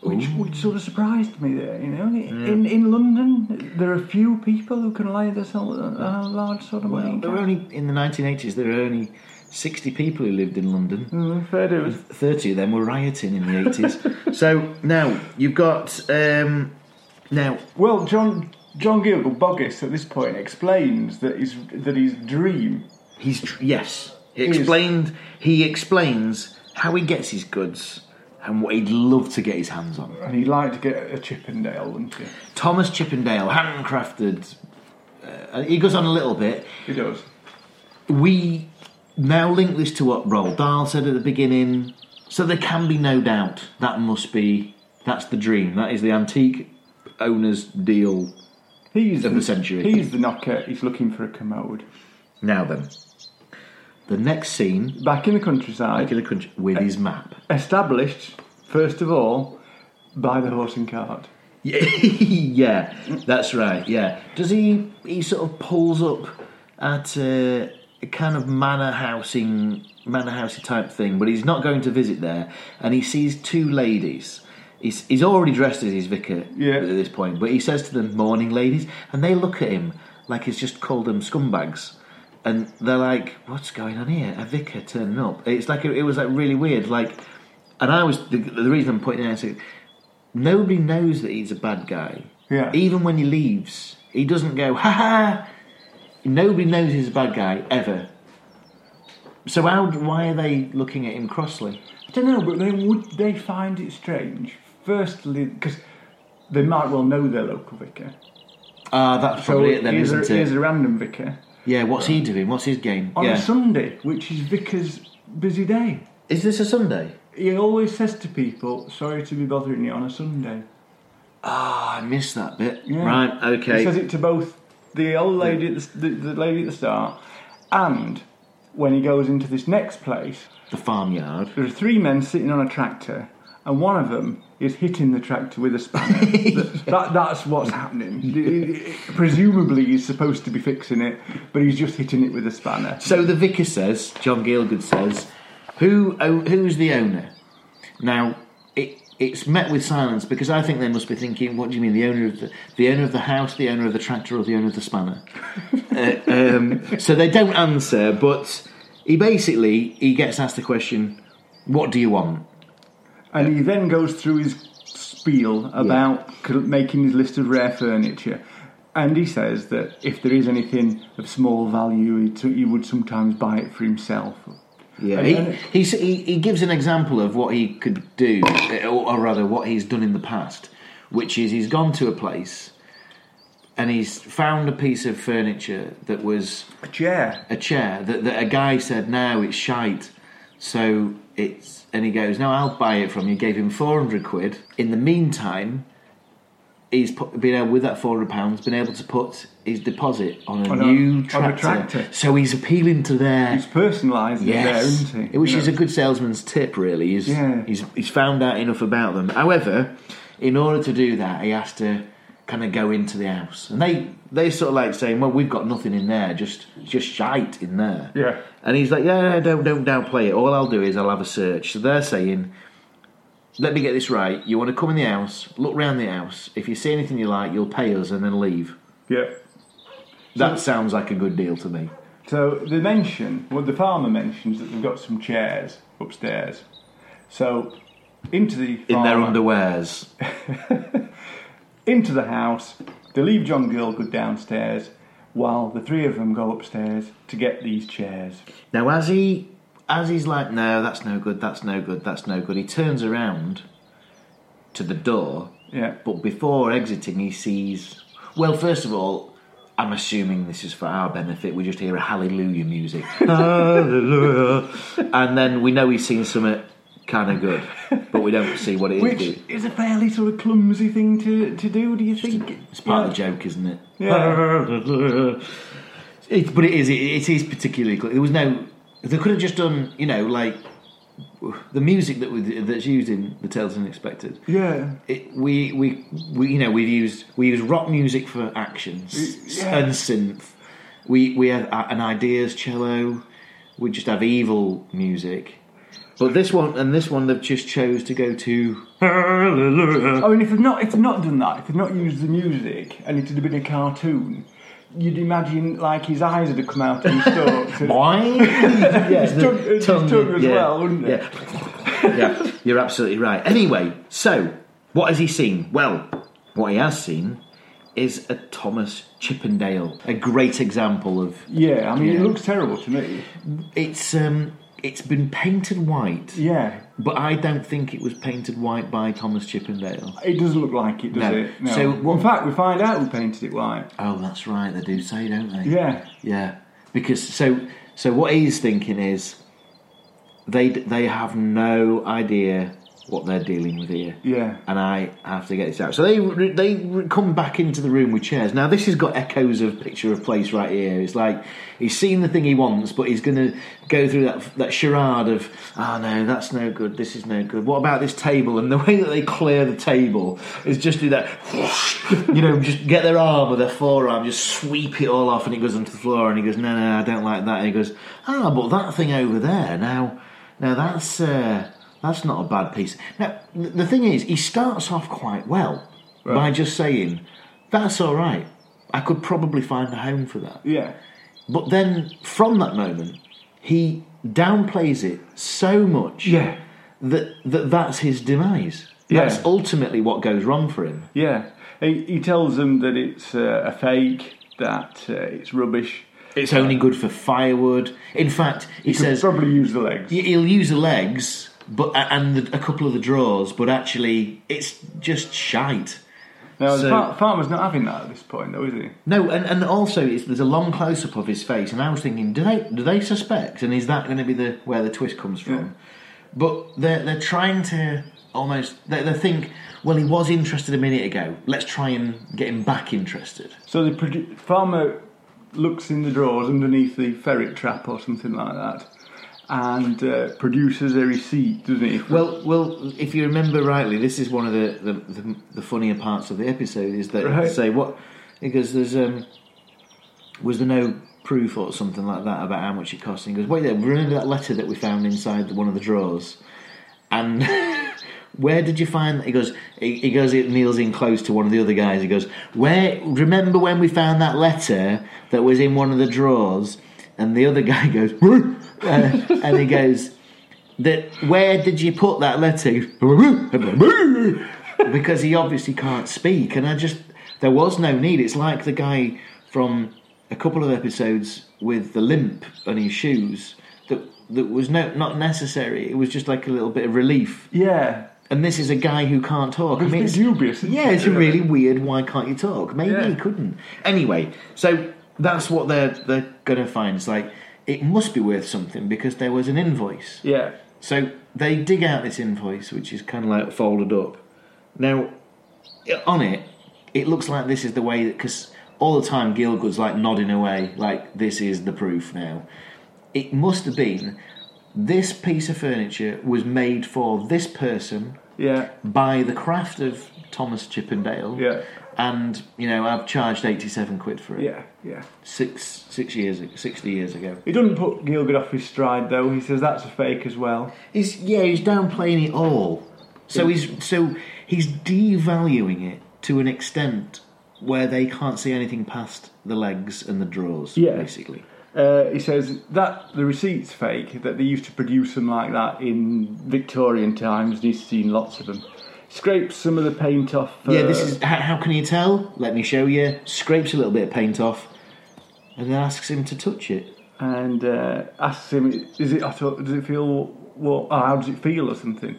Speaker 2: Which, which sort of surprised me there, you know. In in London, there are few people who can lay this on a large sort of money.
Speaker 1: Well,
Speaker 2: in
Speaker 1: there were
Speaker 2: cash.
Speaker 1: only in the 1980s. There were only 60 people who lived in London.
Speaker 2: Mm, fair dues.
Speaker 1: 30 of them were rioting in the 80s. so now you've got um, now
Speaker 2: Well, John John Gilgal Boggis at this point explains that his that his dream.
Speaker 1: he's tr- yes he explained he explains how he gets his goods and what he'd love to get his hands on.
Speaker 2: And he'd like to get a Chippendale, wouldn't he?
Speaker 1: Thomas Chippendale handcrafted. Uh, he goes on a little bit.
Speaker 2: He does.
Speaker 1: we now link this to what Roald Dahl said at the beginning, so there can be no doubt that must be That's the dream. That is the antique owner's deal.
Speaker 2: He's
Speaker 1: Of the century.
Speaker 2: He's the knocker. He's looking for a commode.
Speaker 1: Now then, the next scene,
Speaker 2: Back in the countryside,
Speaker 1: Killer Crunch with his map.
Speaker 2: established first of all by the horse and cart.
Speaker 1: yeah, that's right. Yeah, does he? He sort of pulls up at a, a kind of manor housing, manor housey type thing, but he's not going to visit there, and he sees two ladies. He's, he's already dressed as his vicar
Speaker 2: Yeah.
Speaker 1: at this point, but he says to them, "Morning, ladies," and they look at him like he's just called them scumbags. And they're like, "What's going on here? A vicar turning up?" It's like it was like really weird. Like, and I was the, the reason I'm pointing out is that nobody knows that he's a bad guy.
Speaker 2: Yeah.
Speaker 1: Even when he leaves, he doesn't go, ha ha. Nobody knows he's a bad guy ever. So how, why are they looking at him crossly?
Speaker 2: I don't know, but then would they find it strange? Firstly, because they might well know their local vicar.
Speaker 1: Ah, that's probably it then,
Speaker 2: here's,
Speaker 1: isn't
Speaker 2: a,
Speaker 1: it?
Speaker 2: here's a random vicar
Speaker 1: Yeah, what's he doing? What's his game?
Speaker 2: on
Speaker 1: yeah.
Speaker 2: a Sunday, which is vicar's busy day.
Speaker 1: Is this a Sunday?
Speaker 2: He always says to people, "Sorry to be bothering you on a Sunday."
Speaker 1: Ah, I missed that bit.
Speaker 2: Yeah.
Speaker 1: Right,
Speaker 2: He says
Speaker 1: okay.
Speaker 2: it to both the old lady, at the, s- the, the lady at the start, and when he goes into this next place,
Speaker 1: The farmyard.
Speaker 2: There are three men sitting on a tractor, and one of them is hitting the tractor with a spanner. that, that- that's what's happening. Presumably, he's supposed to be fixing it, but he's just hitting it with a spanner.
Speaker 1: So the vicar says, John Gielgud says, who oh, who's the owner? Now it it's met with silence because I think they must be thinking, what do you mean the owner of the the owner of the house, the owner of the tractor, or the owner of the spanner? Uh, um, so they don't answer, but he basically he gets asked the question, what do you want?
Speaker 2: And he then goes through his spiel about c- making his list of rare furniture. And he says that if there is anything of small value, he, t- he would sometimes buy it for himself.
Speaker 1: Yeah,
Speaker 2: And-
Speaker 1: he,
Speaker 2: and-
Speaker 1: he, s- he, he gives an example of what he could do, or, or rather, what he's done in the past, which is he's gone to a place and he's found a piece of furniture that was
Speaker 2: A chair.
Speaker 1: a chair that, that a guy said, "No, it's shite." So it's and he goes, "No, I'll buy it from you." Gave him four hundred quid. In the meantime, he's put, been able with that four hundred pounds, been able to put his deposit on a
Speaker 2: On a-
Speaker 1: new
Speaker 2: on a
Speaker 1: tractor.
Speaker 2: tractor.
Speaker 1: So he's appealing to their
Speaker 2: He's personalised it there,
Speaker 1: Yes,
Speaker 2: isn't he?
Speaker 1: which
Speaker 2: You
Speaker 1: is
Speaker 2: know?
Speaker 1: a good salesman's tip, really. He's,
Speaker 2: Yeah.
Speaker 1: he's he's found out enough about them. However, in order to do that, he has to kind of go into the house, and they they sort of like saying, "Well, we've got nothing in there, just just shite in there."
Speaker 2: Yeah.
Speaker 1: and he's like, "Yeah, yeah, don't don't downplay it. All I'll do is I'll have a search." So they're saying, "Let me get this right. You want to come in the house, look round the house. If you see anything you like, you'll pay us and then leave."
Speaker 2: Yeah.
Speaker 1: That sounds like a good deal to me.
Speaker 2: So they mention, well, the farmer mentions that they've got some chairs upstairs. So into the
Speaker 1: In their
Speaker 2: farmer-
Speaker 1: underwears.
Speaker 2: into the house, they leave John Gielgud downstairs, while the three of them go upstairs to get these chairs.
Speaker 1: Now, as he as he's like, no, that's no good, that's no good, that's no good. He turns around to the door,
Speaker 2: Yeah,
Speaker 1: but before exiting, he sees. Well, first of all, I'm assuming this is for our benefit. We just hear a hallelujah music, hallelujah, and then we know he's seen something kind of good, but we don't see what it is.
Speaker 2: which
Speaker 1: do we?
Speaker 2: is a fairly sort of clumsy thing to, to do. Do you think?
Speaker 1: It's part
Speaker 2: Yeah.
Speaker 1: of the joke, isn't it?
Speaker 2: Yeah.
Speaker 1: It, but it is. It, it is particularly. cl- There was no. They could have just done. You know, like the music that we, that's used in the Tales Unexpected.
Speaker 2: Yeah,
Speaker 1: It, we, we we you know we've used we use rock music for actions
Speaker 2: Yeah.
Speaker 1: and synth. We we have a- an ideas cello. We just have evil music. But this one and this one they've just chose to go to.
Speaker 2: I mean, if they've not if they've not done that, if they've not used the music, and it had been a cartoon, you'd imagine like his eyes would have come out and stuff. to-
Speaker 1: Boing! yeah, the
Speaker 2: tongue- his tongue as well, wouldn't it?
Speaker 1: Yeah. yeah, you're absolutely right. Anyway, so what has he seen? Well, what he has seen is a Thomas Chippendale, a great example of
Speaker 2: Yeah, I mean, it
Speaker 1: Yeah.
Speaker 2: looks terrible to me.
Speaker 1: it's. Um, it's been painted white,
Speaker 2: Yeah,
Speaker 1: but I don't think it was painted white by Thomas Chippendale.
Speaker 2: it doesn't look like it, does
Speaker 1: No.
Speaker 2: it? No.
Speaker 1: So what-
Speaker 2: in fact, we find out who painted it white.
Speaker 1: Oh, that's right. They do say, don't they?
Speaker 2: Yeah,
Speaker 1: Yeah, because so so what he's thinking is they they have no idea what they're dealing with here.
Speaker 2: Yeah.
Speaker 1: And I have to get this out. So they they come back into the room with chairs. Now this has got echoes of picture of place right here. It's like he's seen the thing he wants, but he's going to go through that that charade of oh no, that's no good. This is no good. What about this table? And the way that they clear the table is just do that. you know, just get their arm or their forearm, just sweep it all off, and it goes onto the floor. And he goes, no, no, I don't like that. And he goes, ah, but that thing over there. Now, now that's. Uh, that's not a bad piece. Now, th- the thing is, he starts off quite well
Speaker 2: Right.
Speaker 1: by just saying, That's all right. I could probably find a home for that.
Speaker 2: Yeah.
Speaker 1: But then from that moment, he downplays it so much
Speaker 2: Yeah.
Speaker 1: that, that that's his demise.
Speaker 2: Yeah.
Speaker 1: That's ultimately what goes wrong for him.
Speaker 2: Yeah. He, he tells them that it's uh, a fake, that uh, it's rubbish.
Speaker 1: It's only good for firewood. In fact, he
Speaker 2: Could
Speaker 1: says
Speaker 2: probably use the legs.
Speaker 1: y- he'll use the legs but and the, a couple of the drawers, but actually, it's just shite.
Speaker 2: Now, the
Speaker 1: So-
Speaker 2: far- farmer's not having that at this point, though, is he?
Speaker 1: No, and, and also it's, there's a long close up of his face, and I was thinking, do they do they suspect, and is that going to be the where the twist comes from? But they're they're trying to almost they, they think, well, he was interested a minute ago. Let's try and get him back interested.
Speaker 2: So the produ- farmer looks in the drawers underneath the ferret trap or something like that, and uh, produces a receipt, doesn't he?
Speaker 1: Well, well, if you remember rightly, this is one of the the, the, the funnier parts of the episode is that
Speaker 2: Right.
Speaker 1: say what because there's um was there no proof or something like that about how much it cost? And he goes, wait there, remember that letter that we found inside the, one of the drawers, and. Where did you find that? He goes. He, he goes. It kneels in close to one of the other guys. He goes. Where? Remember when we found that letter that was in one of the drawers? And the other guy goes. "Huh?" Uh, and he goes that where did you put that letter? because he obviously can't speak, and I just there was no need. It's like the guy from a couple of episodes with the limp on his shoes that that was no not necessary. It was just like a little bit of relief.
Speaker 2: yeah,
Speaker 1: And this is a guy who can't talk. I
Speaker 2: it's a
Speaker 1: mean,
Speaker 2: bit dubious. isn't
Speaker 1: yeah,
Speaker 2: it,
Speaker 1: it's a really weird. Why can't you talk? Maybe
Speaker 2: Yeah.
Speaker 1: he couldn't. Anyway, so that's what they're they're gonna find. It's like it must be worth something because there was an invoice.
Speaker 2: yeah,
Speaker 1: So they dig out this invoice, which is kind of like folded up. Now, i- on it, it looks like this is the way that because all the time Gilgood's like nodding away, like this is the proof now. It must have been this piece of furniture was made for this person
Speaker 2: yeah,
Speaker 1: by the craft of Thomas Chippendale.
Speaker 2: Yeah.
Speaker 1: And you know, I've charged eighty-seven quid for it
Speaker 2: yeah, yeah.
Speaker 1: six six years ag- sixty years ago.
Speaker 2: He doesn't put Gilgud off his stride though. He says that's a fake as well.
Speaker 1: He's yeah, he's downplaying it all. So he's so he's devaluing it to an extent where they can't see anything past the legs and the drawers,
Speaker 2: Yeah.
Speaker 1: basically.
Speaker 2: Uh, he says that the receipt's fake, that they used to produce them like that in Victorian times, and he's seen lots of them. Scrapes some of the paint off. Uh,
Speaker 1: yeah, this is how, how can you tell? Let me show you. Scrapes a little bit of paint off, and then asks him to touch it.
Speaker 2: and uh, asks him, "Is it? I thought, does it feel? Well, oh, how does it feel, or something?"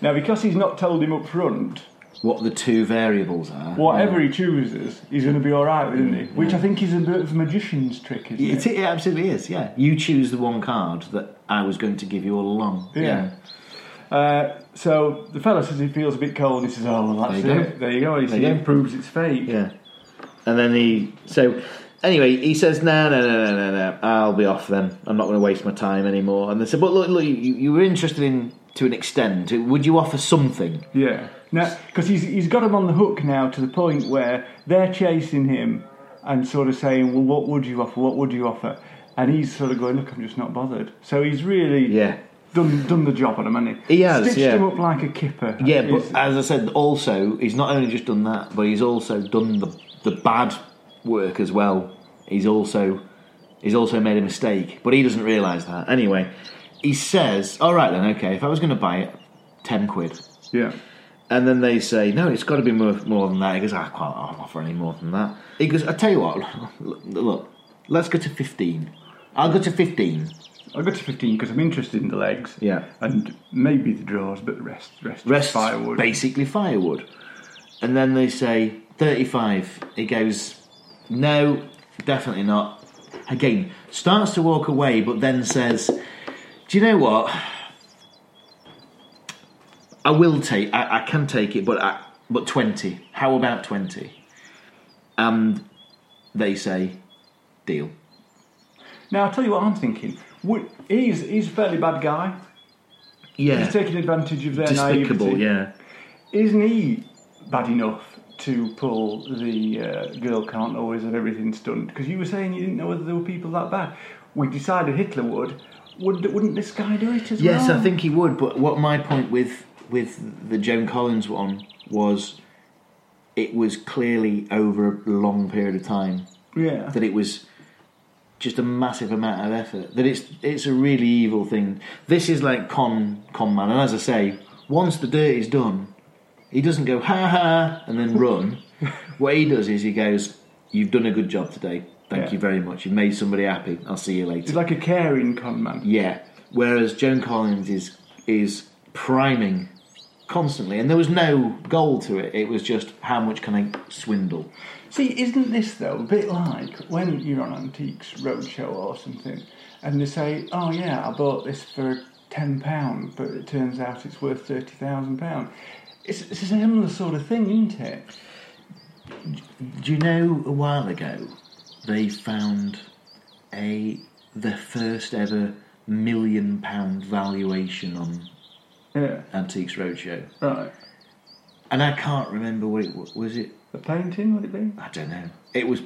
Speaker 2: Now, because he's not told him up front,
Speaker 1: What the two variables are?
Speaker 2: whatever he chooses, he's going to be all right with, isn't he? Which I think is a bit of a magician's trick, isn't
Speaker 1: It,
Speaker 2: it?
Speaker 1: it absolutely is. Yeah, you choose the one card that I was going to give you all along.
Speaker 2: Yeah. Uh, so the fellow says he feels a bit cold. He says, "Oh, well, that's
Speaker 1: There you
Speaker 2: it. There you go." He
Speaker 1: you
Speaker 2: says,
Speaker 1: go.
Speaker 2: proves it's fake.
Speaker 1: Yeah. And then he so anyway, he says, No, no, no, no, no, no. I'll be off then. I'm not gonna waste my time anymore. And they said, But look look you, you were interested in to an extent. Would you offer something?
Speaker 2: Yeah. Now, because he's, he's got him on the hook now to the point where they're chasing him and sort of saying, well, what would you offer? What would you offer? And he's sort of going, look, I'm just not bothered. So he's really
Speaker 1: Yeah.
Speaker 2: done, done the job on him, hasn't he?
Speaker 1: He has,
Speaker 2: Stitched
Speaker 1: yeah.
Speaker 2: him up like a kipper.
Speaker 1: Yeah, but
Speaker 2: He's-
Speaker 1: as I said, also he's not only just done that, but he's also done the the bad work as well. He's also he's also made a mistake, but he doesn't realise that. Anyway, he says, All right then, okay, if I was gonna buy it, ten quid.
Speaker 2: yeah.
Speaker 1: And then they say, no, it's got to be more, more than that. He goes, I can't offer any more than that. He goes, I tell you what, look, look, let's go to 15. I'll go to 15.
Speaker 2: I got to 15 because I'm interested in the legs.
Speaker 1: Yeah.
Speaker 2: And maybe the drawers, but the rest, rest, is
Speaker 1: Rest
Speaker 2: firewood.
Speaker 1: basically firewood. And then they say, 35. He goes, no, definitely not. Again, starts to walk away, but then says, do you know what? I will take. I, I can take it, but I, but twenty. How about twenty? And they say, deal.
Speaker 2: Now I'll tell you what I'm thinking. Would, he's he's a fairly bad guy.
Speaker 1: Yeah,
Speaker 2: He's taking advantage of their
Speaker 1: despicable.
Speaker 2: naivety.
Speaker 1: Yeah,
Speaker 2: Isn't he bad enough to pull the uh, girl can't always have everything stunt? Because you were saying you didn't know whether there were people that bad. We decided Hitler would. Would wouldn't this guy do it as well?
Speaker 1: yes, I think he would. But what my point with with the Joan Collins one was, it was clearly over a long period of time.
Speaker 2: Yeah.
Speaker 1: that it was just a massive amount of effort. That it's it's a really evil thing. This is like con con man, and as I say, once the dirt is done, he doesn't go ha ha and then run. what he does is he goes, "You've done a good job today. Thank
Speaker 2: Yeah.
Speaker 1: you very much. You've made somebody happy. I'll see you later."
Speaker 2: He's like a caring con man.
Speaker 1: Yeah. Whereas Joan Collins is is priming constantly, and there was no goal to it. It was just how much can I swindle.
Speaker 2: See, isn't this though a bit like when you're on Antiques Roadshow or something and they say, oh yeah, I bought this for £10, but it turns out it's worth £30,000? It's, it's a similar sort of thing, isn't it?
Speaker 1: Do you know a while ago they found a the first ever million pound valuation on
Speaker 2: Yeah,
Speaker 1: Antiques Roadshow,
Speaker 2: right.
Speaker 1: and I can't remember what it was. Was it?
Speaker 2: A painting, would it be?
Speaker 1: I don't know. It was.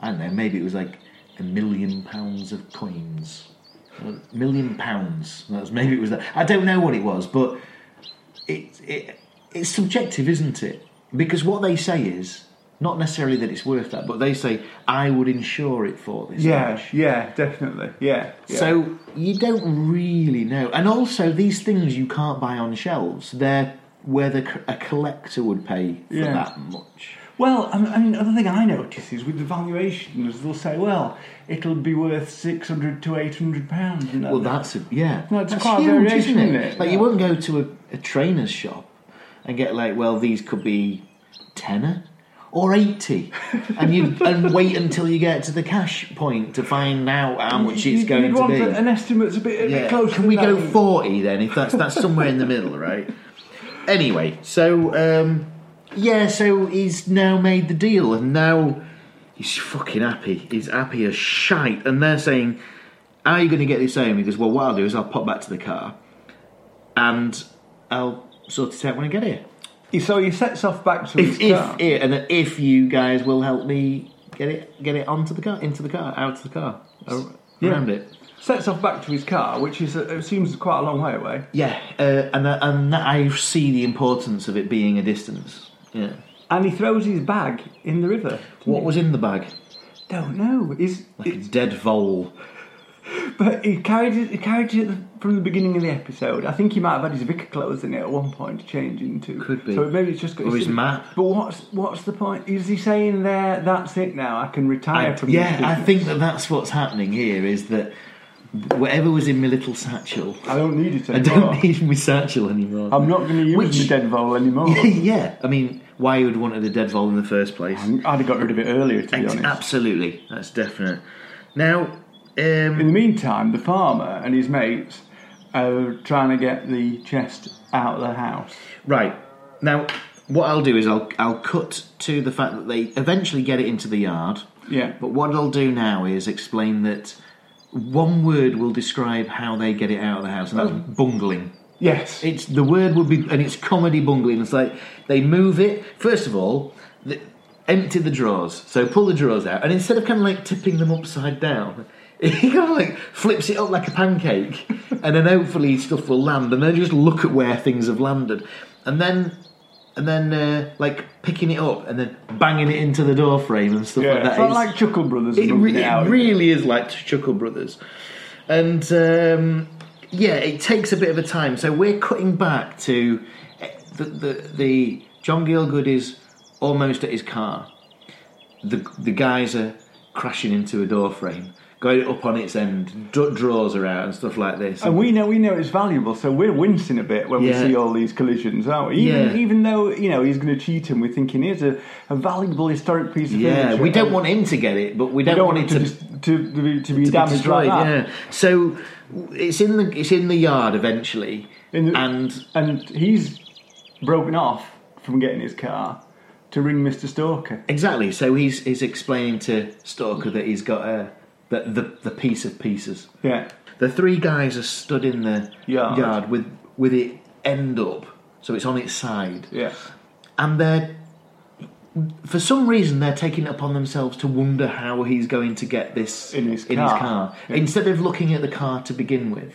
Speaker 1: I don't know. Maybe it was like a million pounds of coins. A million pounds. That was maybe it was that. I don't know what it was, but it it it's subjective, isn't it? Because what they say is not necessarily that it's worth that, but they say I would insure it for this.
Speaker 2: Yeah, yeah, definitely. Yeah. yeah.
Speaker 1: So you don't really know, and also these things you can't buy on shelves. They're where the, c- a collector would pay for
Speaker 2: Yeah.
Speaker 1: that much.
Speaker 2: Well, I mean- I mean, another thing I notice is with the valuations, they'll say, well, it'll be worth 600 to 800 pounds. you know.
Speaker 1: Well, that's a yeah.
Speaker 2: No, it's
Speaker 1: That's
Speaker 2: quite a variation, isn't it?
Speaker 1: Like you
Speaker 2: Yeah.
Speaker 1: wouldn't go to a, a trainer's shop and get like, well, these could be tenner or eighty, and you and wait until you get to the cash point to find out how much
Speaker 2: You-
Speaker 1: it's
Speaker 2: you'd
Speaker 1: going to
Speaker 2: want
Speaker 1: be.
Speaker 2: An estimate's a bit, a bit
Speaker 1: Yeah.
Speaker 2: closer.
Speaker 1: Can we
Speaker 2: than
Speaker 1: go
Speaker 2: that.
Speaker 1: forty then? If that's that's somewhere in the middle, right? Anyway, so um, yeah, so he's now made the deal, and now he's fucking happy. He's happy as shite, and they're saying, "How are you going to get this home?" He goes, "Well, what I'll do is I'll pop back to the car, and I'll sort it out when I get here.
Speaker 2: So he sets off back to
Speaker 1: If
Speaker 2: his
Speaker 1: if,
Speaker 2: car.
Speaker 1: if and then if you guys will help me get it get it onto the car, into the car, out of the car, ar-
Speaker 2: Yeah.
Speaker 1: around it."
Speaker 2: sets off back to his car, which is uh, it seems quite a long way away.
Speaker 1: Yeah, uh, and and that I see the importance of it being a distance. Yeah.
Speaker 2: And he throws his bag in the river.
Speaker 1: What was in the bag?
Speaker 2: Don't know. Is
Speaker 1: Like a dead vole.
Speaker 2: but he carried it. He carried it from the beginning of the episode. I think he might have had his vicar clothes in it at one point to change into.
Speaker 1: Could be.
Speaker 2: So maybe it's just got.
Speaker 1: Or his map.
Speaker 2: But what's what's the point? Is he saying there? That's it now. I can retire from. this
Speaker 1: yeah, I
Speaker 2: business.
Speaker 1: think that that's what's happening here is that whatever was in my little satchel,
Speaker 2: I don't need it
Speaker 1: I
Speaker 2: anymore.
Speaker 1: don't need my satchel anymore.
Speaker 2: I'm not going to use
Speaker 1: Which-
Speaker 2: my dead vole anymore.
Speaker 1: yeah, I mean, why you would wanted a dead vole in the first place?
Speaker 2: I'd have got rid of it earlier, to be
Speaker 1: Ex-
Speaker 2: honest.
Speaker 1: Absolutely, that's definite. Now,
Speaker 2: In
Speaker 1: um,
Speaker 2: the meantime, the farmer and his mates are trying to get the chest out of the house.
Speaker 1: Right. Now, what I'll do is I'll I'll cut to the fact that they eventually get it into the yard.
Speaker 2: Yeah.
Speaker 1: But what I'll do now is explain that one word will describe how they get it out of the house, and that's
Speaker 2: Oh.
Speaker 1: bungling.
Speaker 2: Yes.
Speaker 1: It's the word would be, and it's comedy bungling. It's like they move it. First of all, the, empty the drawers. So pull the drawers out, and instead of kind of like tipping them upside down, he kind of like flips it up like a pancake, and then hopefully stuff will land. And then just look at where things have landed, and then and then uh, like picking it up and then banging it into the door frame and stuff
Speaker 2: yeah.
Speaker 1: like that.
Speaker 2: it's not
Speaker 1: It's-
Speaker 2: like Chuckle Brothers.
Speaker 1: it,
Speaker 2: rubbing
Speaker 1: re-
Speaker 2: it out.
Speaker 1: it really is like Chuckle Brothers. And um, yeah, it takes a bit of a time. So we're cutting back to eh, the, the, the John Gielgud is almost at his car. The, the guys are crashing into a door frame, going up on its end, d- drawers are out and stuff like this.
Speaker 2: And we know we know it's valuable, so we're wincing a bit when
Speaker 1: Yeah.
Speaker 2: we see all these collisions, aren't we? Even,
Speaker 1: Yeah.
Speaker 2: even though you know he's going to cheat him, we're thinking here's a, a valuable historic piece of
Speaker 1: yeah,
Speaker 2: furniture.
Speaker 1: we don't want him to get it, but we don't,
Speaker 2: We don't
Speaker 1: want it to
Speaker 2: just to, to be, to be
Speaker 1: to be
Speaker 2: damaged like
Speaker 1: destroyed,
Speaker 2: that.
Speaker 1: Yeah, so w- it's in the it's in the yard eventually,
Speaker 2: In the-
Speaker 1: and
Speaker 2: And he's broken off from getting his car to ring Mr. Stalker.
Speaker 1: Exactly. So he's he's explaining to Stalker that he's got a the the, the piece of pieces.
Speaker 2: Yeah.
Speaker 1: The three guys are stood in the
Speaker 2: Yard.
Speaker 1: yard with with it end up, so it's on its side,
Speaker 2: Yeah.
Speaker 1: and they're for some reason they're taking it upon themselves to wonder how he's going to get this
Speaker 2: In his car. Yeah.
Speaker 1: instead of looking at the car to begin with.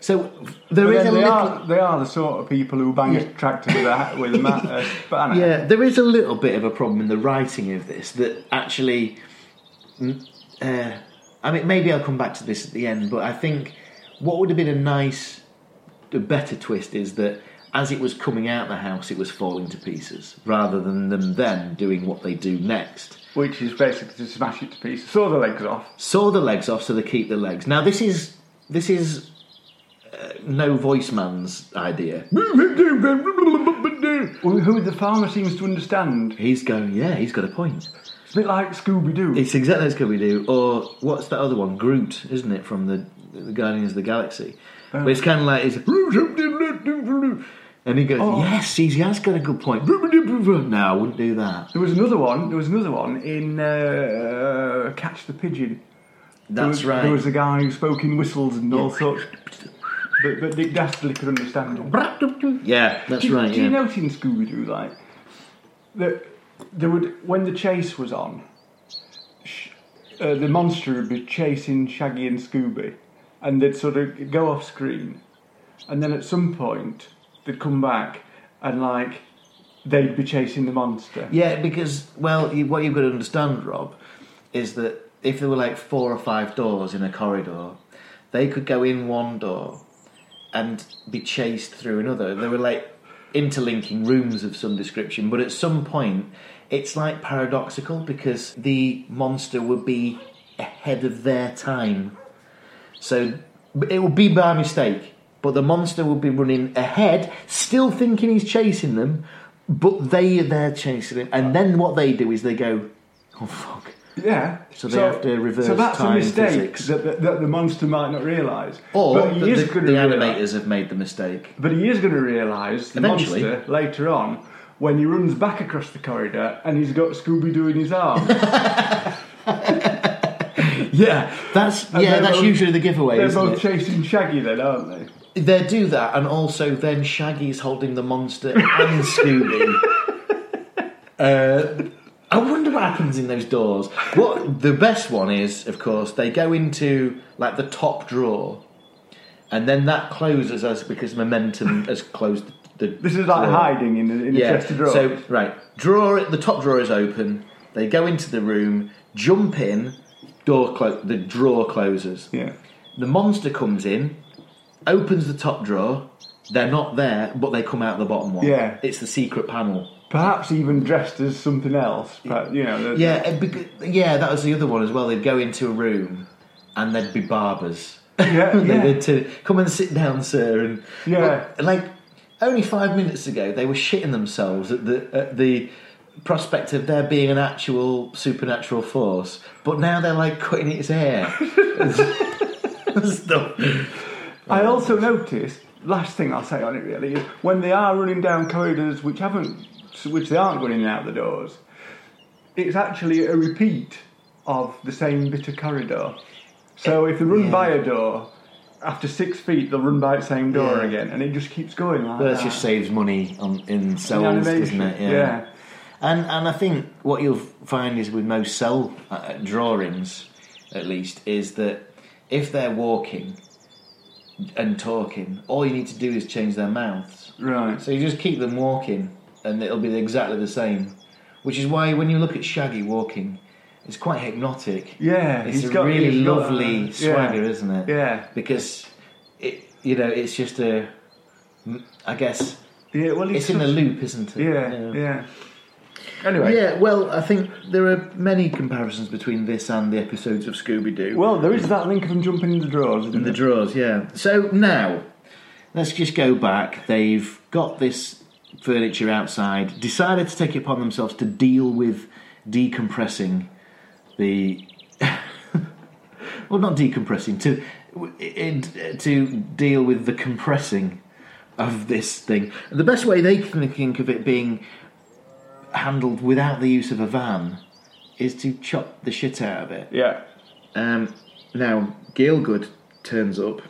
Speaker 1: So
Speaker 2: But
Speaker 1: there is a
Speaker 2: then they,
Speaker 1: little.
Speaker 2: are, they are the sort of people who bang a tractor with a, ha- with a, ma- a spanner.
Speaker 1: Yeah, there is a little bit of a problem in the writing of this that actually. mm, Uh, I mean, maybe I'll come back to this at the end, but I think what would have been a nice, a better twist is that as it was coming out the house, it was falling to pieces rather than them then doing what they do next.
Speaker 2: Which is basically to smash it to pieces. Saw the legs off.
Speaker 1: Saw the legs off, so they keep the legs. Now this is this is uh, no voice man's idea.
Speaker 2: Who who the farmer seems to understand.
Speaker 1: He's going, yeah, he's got a point.
Speaker 2: It's a bit like Scooby Doo.
Speaker 1: It's exactly as Scooby Doo, or what's that other one? Groot, isn't it, from the, the Guardians of the Galaxy?
Speaker 2: Oh.
Speaker 1: But it's kind of like it's. And he goes,
Speaker 2: Oh.
Speaker 1: yes, he's, he has got a good point. No, I wouldn't do that.
Speaker 2: There was another one. There was another one in uh, Catch the Pigeon. There
Speaker 1: That's
Speaker 2: was-
Speaker 1: right.
Speaker 2: There was a guy who spoke in whistles and all sorts, but, but Dick Dastardly could understand him.
Speaker 1: yeah, that's
Speaker 2: do,
Speaker 1: right.
Speaker 2: Do you
Speaker 1: yeah.
Speaker 2: notice in Scooby Doo, like, that there would, when the chase was on, sh- uh, the monster would be chasing Shaggy and Scooby, and they'd sort of go off screen, and then at some point, they'd come back and, like, they'd be chasing the monster.
Speaker 1: Yeah, because, well, you, what you've got to understand, Rob, is that if there were like four or five doors in a corridor, they could go in one door and be chased through another. There were like interlinking rooms of some description, but at some point, it's like paradoxical because the monster would be ahead of their time. So it will be by mistake, but the monster will be running ahead, still thinking he's chasing them, but they are there chasing him. And then what they do is they go, oh fuck.
Speaker 2: Yeah.
Speaker 1: So they have to reverse
Speaker 2: So that's
Speaker 1: time
Speaker 2: a mistake
Speaker 1: physics.
Speaker 2: that, that, that the monster might not realise.
Speaker 1: Or
Speaker 2: but he
Speaker 1: the,
Speaker 2: is
Speaker 1: the,
Speaker 2: gonna
Speaker 1: the
Speaker 2: realise-
Speaker 1: animators have made the mistake.
Speaker 2: But he is going to realise the
Speaker 1: Eventually.
Speaker 2: monster later on when he runs back across the corridor and he's got Scooby Doo in his arm.
Speaker 1: Yeah, that's
Speaker 2: And
Speaker 1: yeah,
Speaker 2: they're
Speaker 1: that's
Speaker 2: both-
Speaker 1: usually the giveaway.
Speaker 2: They're
Speaker 1: isn't
Speaker 2: both
Speaker 1: it?
Speaker 2: chasing Shaggy then, aren't they?
Speaker 1: They do that, and also then Shaggy's holding the monster and Scooby. uh, I wonder what happens in those doors. What the best one is, of course, they go into like the top drawer, and then that closes as because momentum has closed the.
Speaker 2: This is like
Speaker 1: drawer.
Speaker 2: hiding in, in a chest of drawers.
Speaker 1: So right, drawer. The top drawer is open. They go into the room, jump in, door clo- The drawer closes.
Speaker 2: yeah.
Speaker 1: The monster comes in, opens the top drawer. They're not there, but they come out the bottom one.
Speaker 2: Yeah.
Speaker 1: it's the secret panel.
Speaker 2: Perhaps even dressed as something else. But, you know, the-
Speaker 1: Yeah, it bec- yeah, that was the other one as well. They'd go into a room, and there'd be barbers.
Speaker 2: Yeah,
Speaker 1: They-
Speaker 2: yeah.
Speaker 1: they'd to come and sit down, sir, and
Speaker 2: Yeah.
Speaker 1: like only five minutes ago they were shitting themselves at the at the prospect of there being an actual supernatural force, but now they're like cutting its hair. Stuff.
Speaker 2: I also noticed. Last thing I'll say on it really is when they are running down corridors which haven't, which they aren't running out the doors. It's actually a repeat of the same bit of corridor. So if they run
Speaker 1: Eh, yeah.
Speaker 2: by a door, after six feet they'll run by the same door
Speaker 1: Yeah.
Speaker 2: again, and it just keeps going like
Speaker 1: Well,
Speaker 2: that.
Speaker 1: that just saves money on in
Speaker 2: The
Speaker 1: cells, doesn't
Speaker 2: animation,
Speaker 1: it?
Speaker 2: yeah.
Speaker 1: And and I think what you'll find is with most cell uh, drawings, at least, is that if they're walking and talking, all you need to do is change their mouths.
Speaker 2: Right.
Speaker 1: So you just keep them walking, and it'll be exactly the same. Which is why when you look at Shaggy walking, it's quite hypnotic.
Speaker 2: Yeah,
Speaker 1: it's
Speaker 2: he's
Speaker 1: a
Speaker 2: got-
Speaker 1: really
Speaker 2: he's got
Speaker 1: lovely
Speaker 2: that. Yeah.
Speaker 1: swagger, isn't it?
Speaker 2: Yeah.
Speaker 1: because it you know it's just a I guess
Speaker 2: Yeah. Well, he's
Speaker 1: it's in a
Speaker 2: such-
Speaker 1: loop, isn't it?
Speaker 2: Yeah. Yeah.
Speaker 1: yeah.
Speaker 2: Anyway.
Speaker 1: well, I think there are many comparisons between this and the episodes of Scooby Doo.
Speaker 2: Well, there is that link of them jumping in the drawers. Isn't
Speaker 1: the
Speaker 2: there?
Speaker 1: drawers, yeah. So now, let's just go back. They've got this furniture outside, decided to take it upon themselves to deal with decompressing the. well, not decompressing, to, it, to deal with the compressing of this thing. And the best way they can think of it being handled without the use of a van is to chop the shit out of it.
Speaker 2: Yeah.
Speaker 1: Um, now Gielgud turns up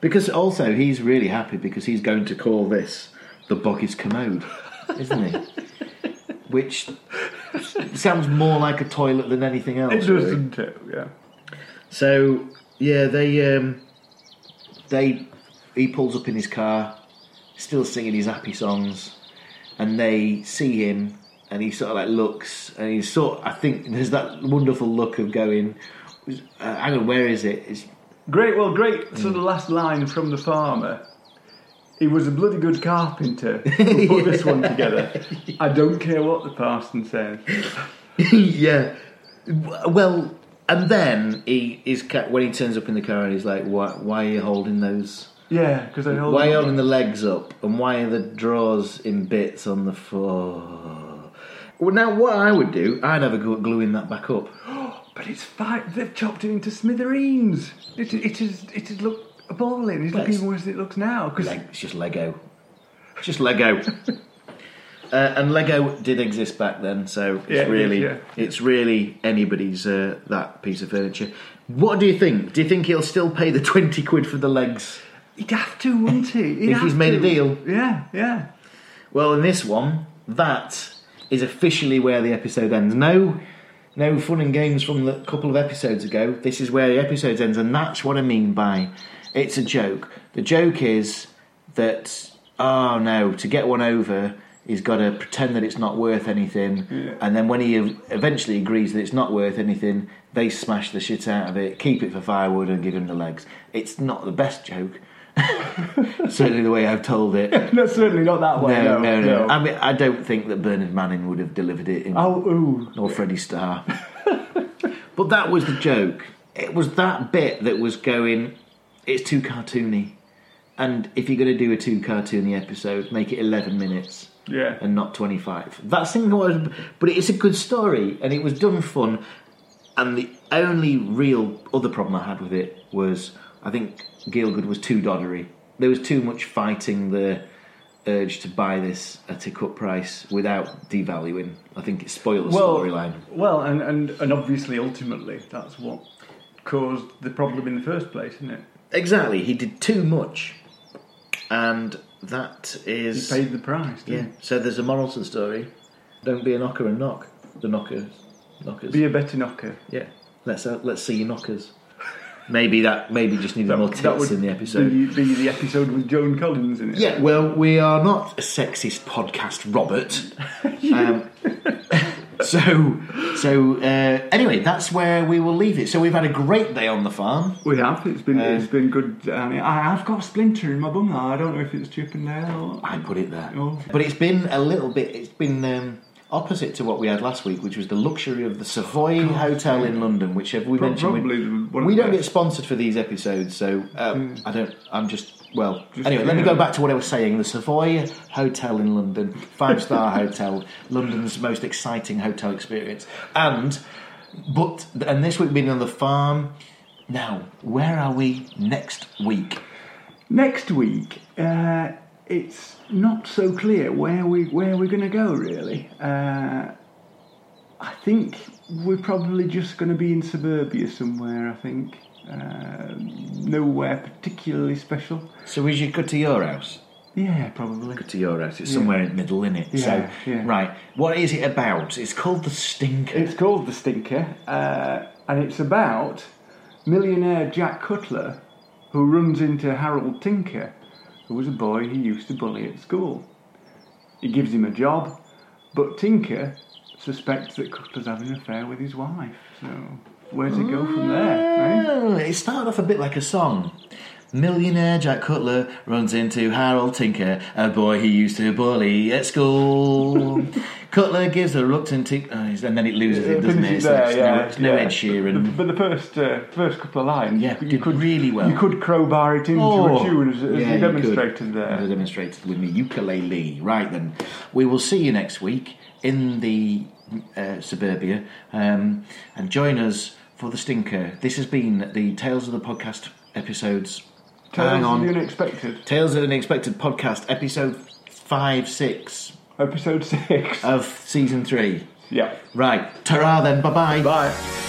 Speaker 1: because also he's really happy because he's going to call this the Boggis Commode, isn't he? Which sounds more like a toilet than anything else.
Speaker 2: It does,
Speaker 1: really.
Speaker 2: doesn't it? Yeah.
Speaker 1: So yeah, they um, they he pulls up in his car, still singing his happy songs, and they see him, and he sort of like looks, and he's sort. I think there's that wonderful look of going, uh, hang on, where is it? It's,
Speaker 2: Great, well, great. So the last line from the farmer. He was a bloody good carpenter who put this one together. I don't care what the parson says.
Speaker 1: yeah. W- Well, and then he is ca- when he turns up in the car, and he's like, why, why are you holding those?
Speaker 2: Yeah, because I hold
Speaker 1: Why are you
Speaker 2: on.
Speaker 1: holding the legs up, and why are the drawers in bits on the floor? Well, now what I would do, I'd have a go at gluing that back up.
Speaker 2: But it's fine. They've chopped it into smithereens. It, it is. It is look appalling. It's
Speaker 1: Well,
Speaker 2: looking
Speaker 1: it's-
Speaker 2: worse than it looks now. Because
Speaker 1: Leg, it's just Lego, It's just Lego. uh, and Lego did exist back then, so it's
Speaker 2: Yeah, it did,
Speaker 1: really,
Speaker 2: yeah.
Speaker 1: it's really anybody's uh, that piece of furniture. What do you think? Do you think he'll still pay the twenty quid for the legs?
Speaker 2: he'd have to, wouldn't he? He'd
Speaker 1: If he's
Speaker 2: have
Speaker 1: made a
Speaker 2: to.
Speaker 1: deal.
Speaker 2: Yeah, yeah.
Speaker 1: Well, in this one, that is officially where the episode ends. No, no fun and games from the couple of episodes ago. This is where the episode ends, and that's what I mean by it's a joke. The joke is that oh no, to get one over, he's got to pretend that it's not worth anything, and then when he ev- eventually agrees that it's not worth anything, they smash the shit out of it, keep it for firewood, and give him the legs. It's not the best joke. Certainly, the way I've told it,
Speaker 2: No, certainly not that way.
Speaker 1: no, no, no.
Speaker 2: no.
Speaker 1: I mean, I don't think that Bernard Manning would have delivered it in
Speaker 2: Oh, ooh.
Speaker 1: or Freddie Starr. but that was the joke. It was that bit that was going, it's too cartoony. And if you're going to do a too cartoony episode, make it 11 minutes
Speaker 2: Yeah.
Speaker 1: and not 25. That's thing was, but it's a good story and it was done fun. And the only real other problem I had with it was I think Gielgud was too doddery. There was too much fighting the urge to buy this at a cut price without devaluing. I think it spoiled the storyline.
Speaker 2: Well, and, and, and obviously, ultimately, that's what caused the problem in the first place, isn't it?
Speaker 1: Exactly, he did too much, and that
Speaker 2: He
Speaker 1: is
Speaker 2: paid the price.
Speaker 1: yeah.
Speaker 2: Didn't
Speaker 1: So there's a moral to the story: don't be a knocker and knock the knockers, knockers.
Speaker 2: he? Be a better knocker.
Speaker 1: Yeah. Let's uh, let's see your knockers. Maybe that maybe just needed
Speaker 2: That-
Speaker 1: more
Speaker 2: that
Speaker 1: tips
Speaker 2: would
Speaker 1: in the episode.
Speaker 2: Be, be the episode with Joan Collins in it.
Speaker 1: Yeah, well, we are not a sexist podcast, Robert. um, so, so uh, anyway, that's where we will leave it. So we've had a great day on the farm.
Speaker 2: We have. It's been
Speaker 1: Um,
Speaker 2: it's been good. I mean, I, I've got a splinter in my bum now. I don't know if it's chipping there or.
Speaker 1: I put it there,
Speaker 2: Oh.
Speaker 1: but it's been a little bit. It's been um, opposite to what we had last week, which was the luxury of the Savoy Hotel in London, which have we
Speaker 2: Pro-
Speaker 1: mentioned. we-
Speaker 2: probably the- one of
Speaker 1: we
Speaker 2: the
Speaker 1: don't get
Speaker 2: best. Hmm.
Speaker 1: sponsored for these episodes, so um, I don't. I'm just well.
Speaker 2: Just-
Speaker 1: anyway, let me
Speaker 2: yeah.
Speaker 1: go back to what I was saying. The Savoy Hotel in London, five star hotel, London's most exciting hotel experience, and but and this week being on the farm. Now, where are we next week?
Speaker 2: Next week, uh, it's not so clear where we where we're going to go. Really, uh, I think we're probably just going to be in suburbia somewhere. I think uh, nowhere particularly special.
Speaker 1: So we should go to your house.
Speaker 2: Yeah, probably.
Speaker 1: Go to your house. It's somewhere in the middle, isn't it? so
Speaker 2: Yeah, yeah.
Speaker 1: right, what is it about? It's called the Stinker.
Speaker 2: It's called The Stinker, uh, and it's about millionaire Jack Cutler who runs into Harold Tinker, who was a boy he used to bully at school. He gives him a job, but Tinker suspects that Cutler's having an affair with his wife. So, where does it go from there? eh?
Speaker 1: Oh, It started off a bit like a song. Millionaire Jack Cutler runs into Harold Tinker, a boy he used to bully at school. Cutler gives a reluctant Tinker, and then it loses it, doesn't it?
Speaker 2: finishes
Speaker 1: It's, like, it's
Speaker 2: yeah,
Speaker 1: no, it's no
Speaker 2: yeah.
Speaker 1: Ed
Speaker 2: But the,
Speaker 1: Sheeran.
Speaker 2: but the first uh, first couple of lines,
Speaker 1: Yeah,
Speaker 2: you
Speaker 1: did
Speaker 2: could
Speaker 1: really well.
Speaker 2: You could crowbar it into
Speaker 1: Oh,
Speaker 2: a tune as, as
Speaker 1: yeah,
Speaker 2: you
Speaker 1: you could.
Speaker 2: demonstrated there.
Speaker 1: As I demonstrated with me, ukulele. Right then, we will see you next week in the uh, suburbia, um, and join us for the stinker. This has been the Tales of the Podcast episodes
Speaker 2: Tales
Speaker 1: Hang
Speaker 2: of
Speaker 1: on.
Speaker 2: the Unexpected,
Speaker 1: Tales of the Unexpected podcast, episode five, six
Speaker 2: episode six.
Speaker 1: of season three.
Speaker 2: yeah.
Speaker 1: Right, ta then, bye bye.
Speaker 2: Bye.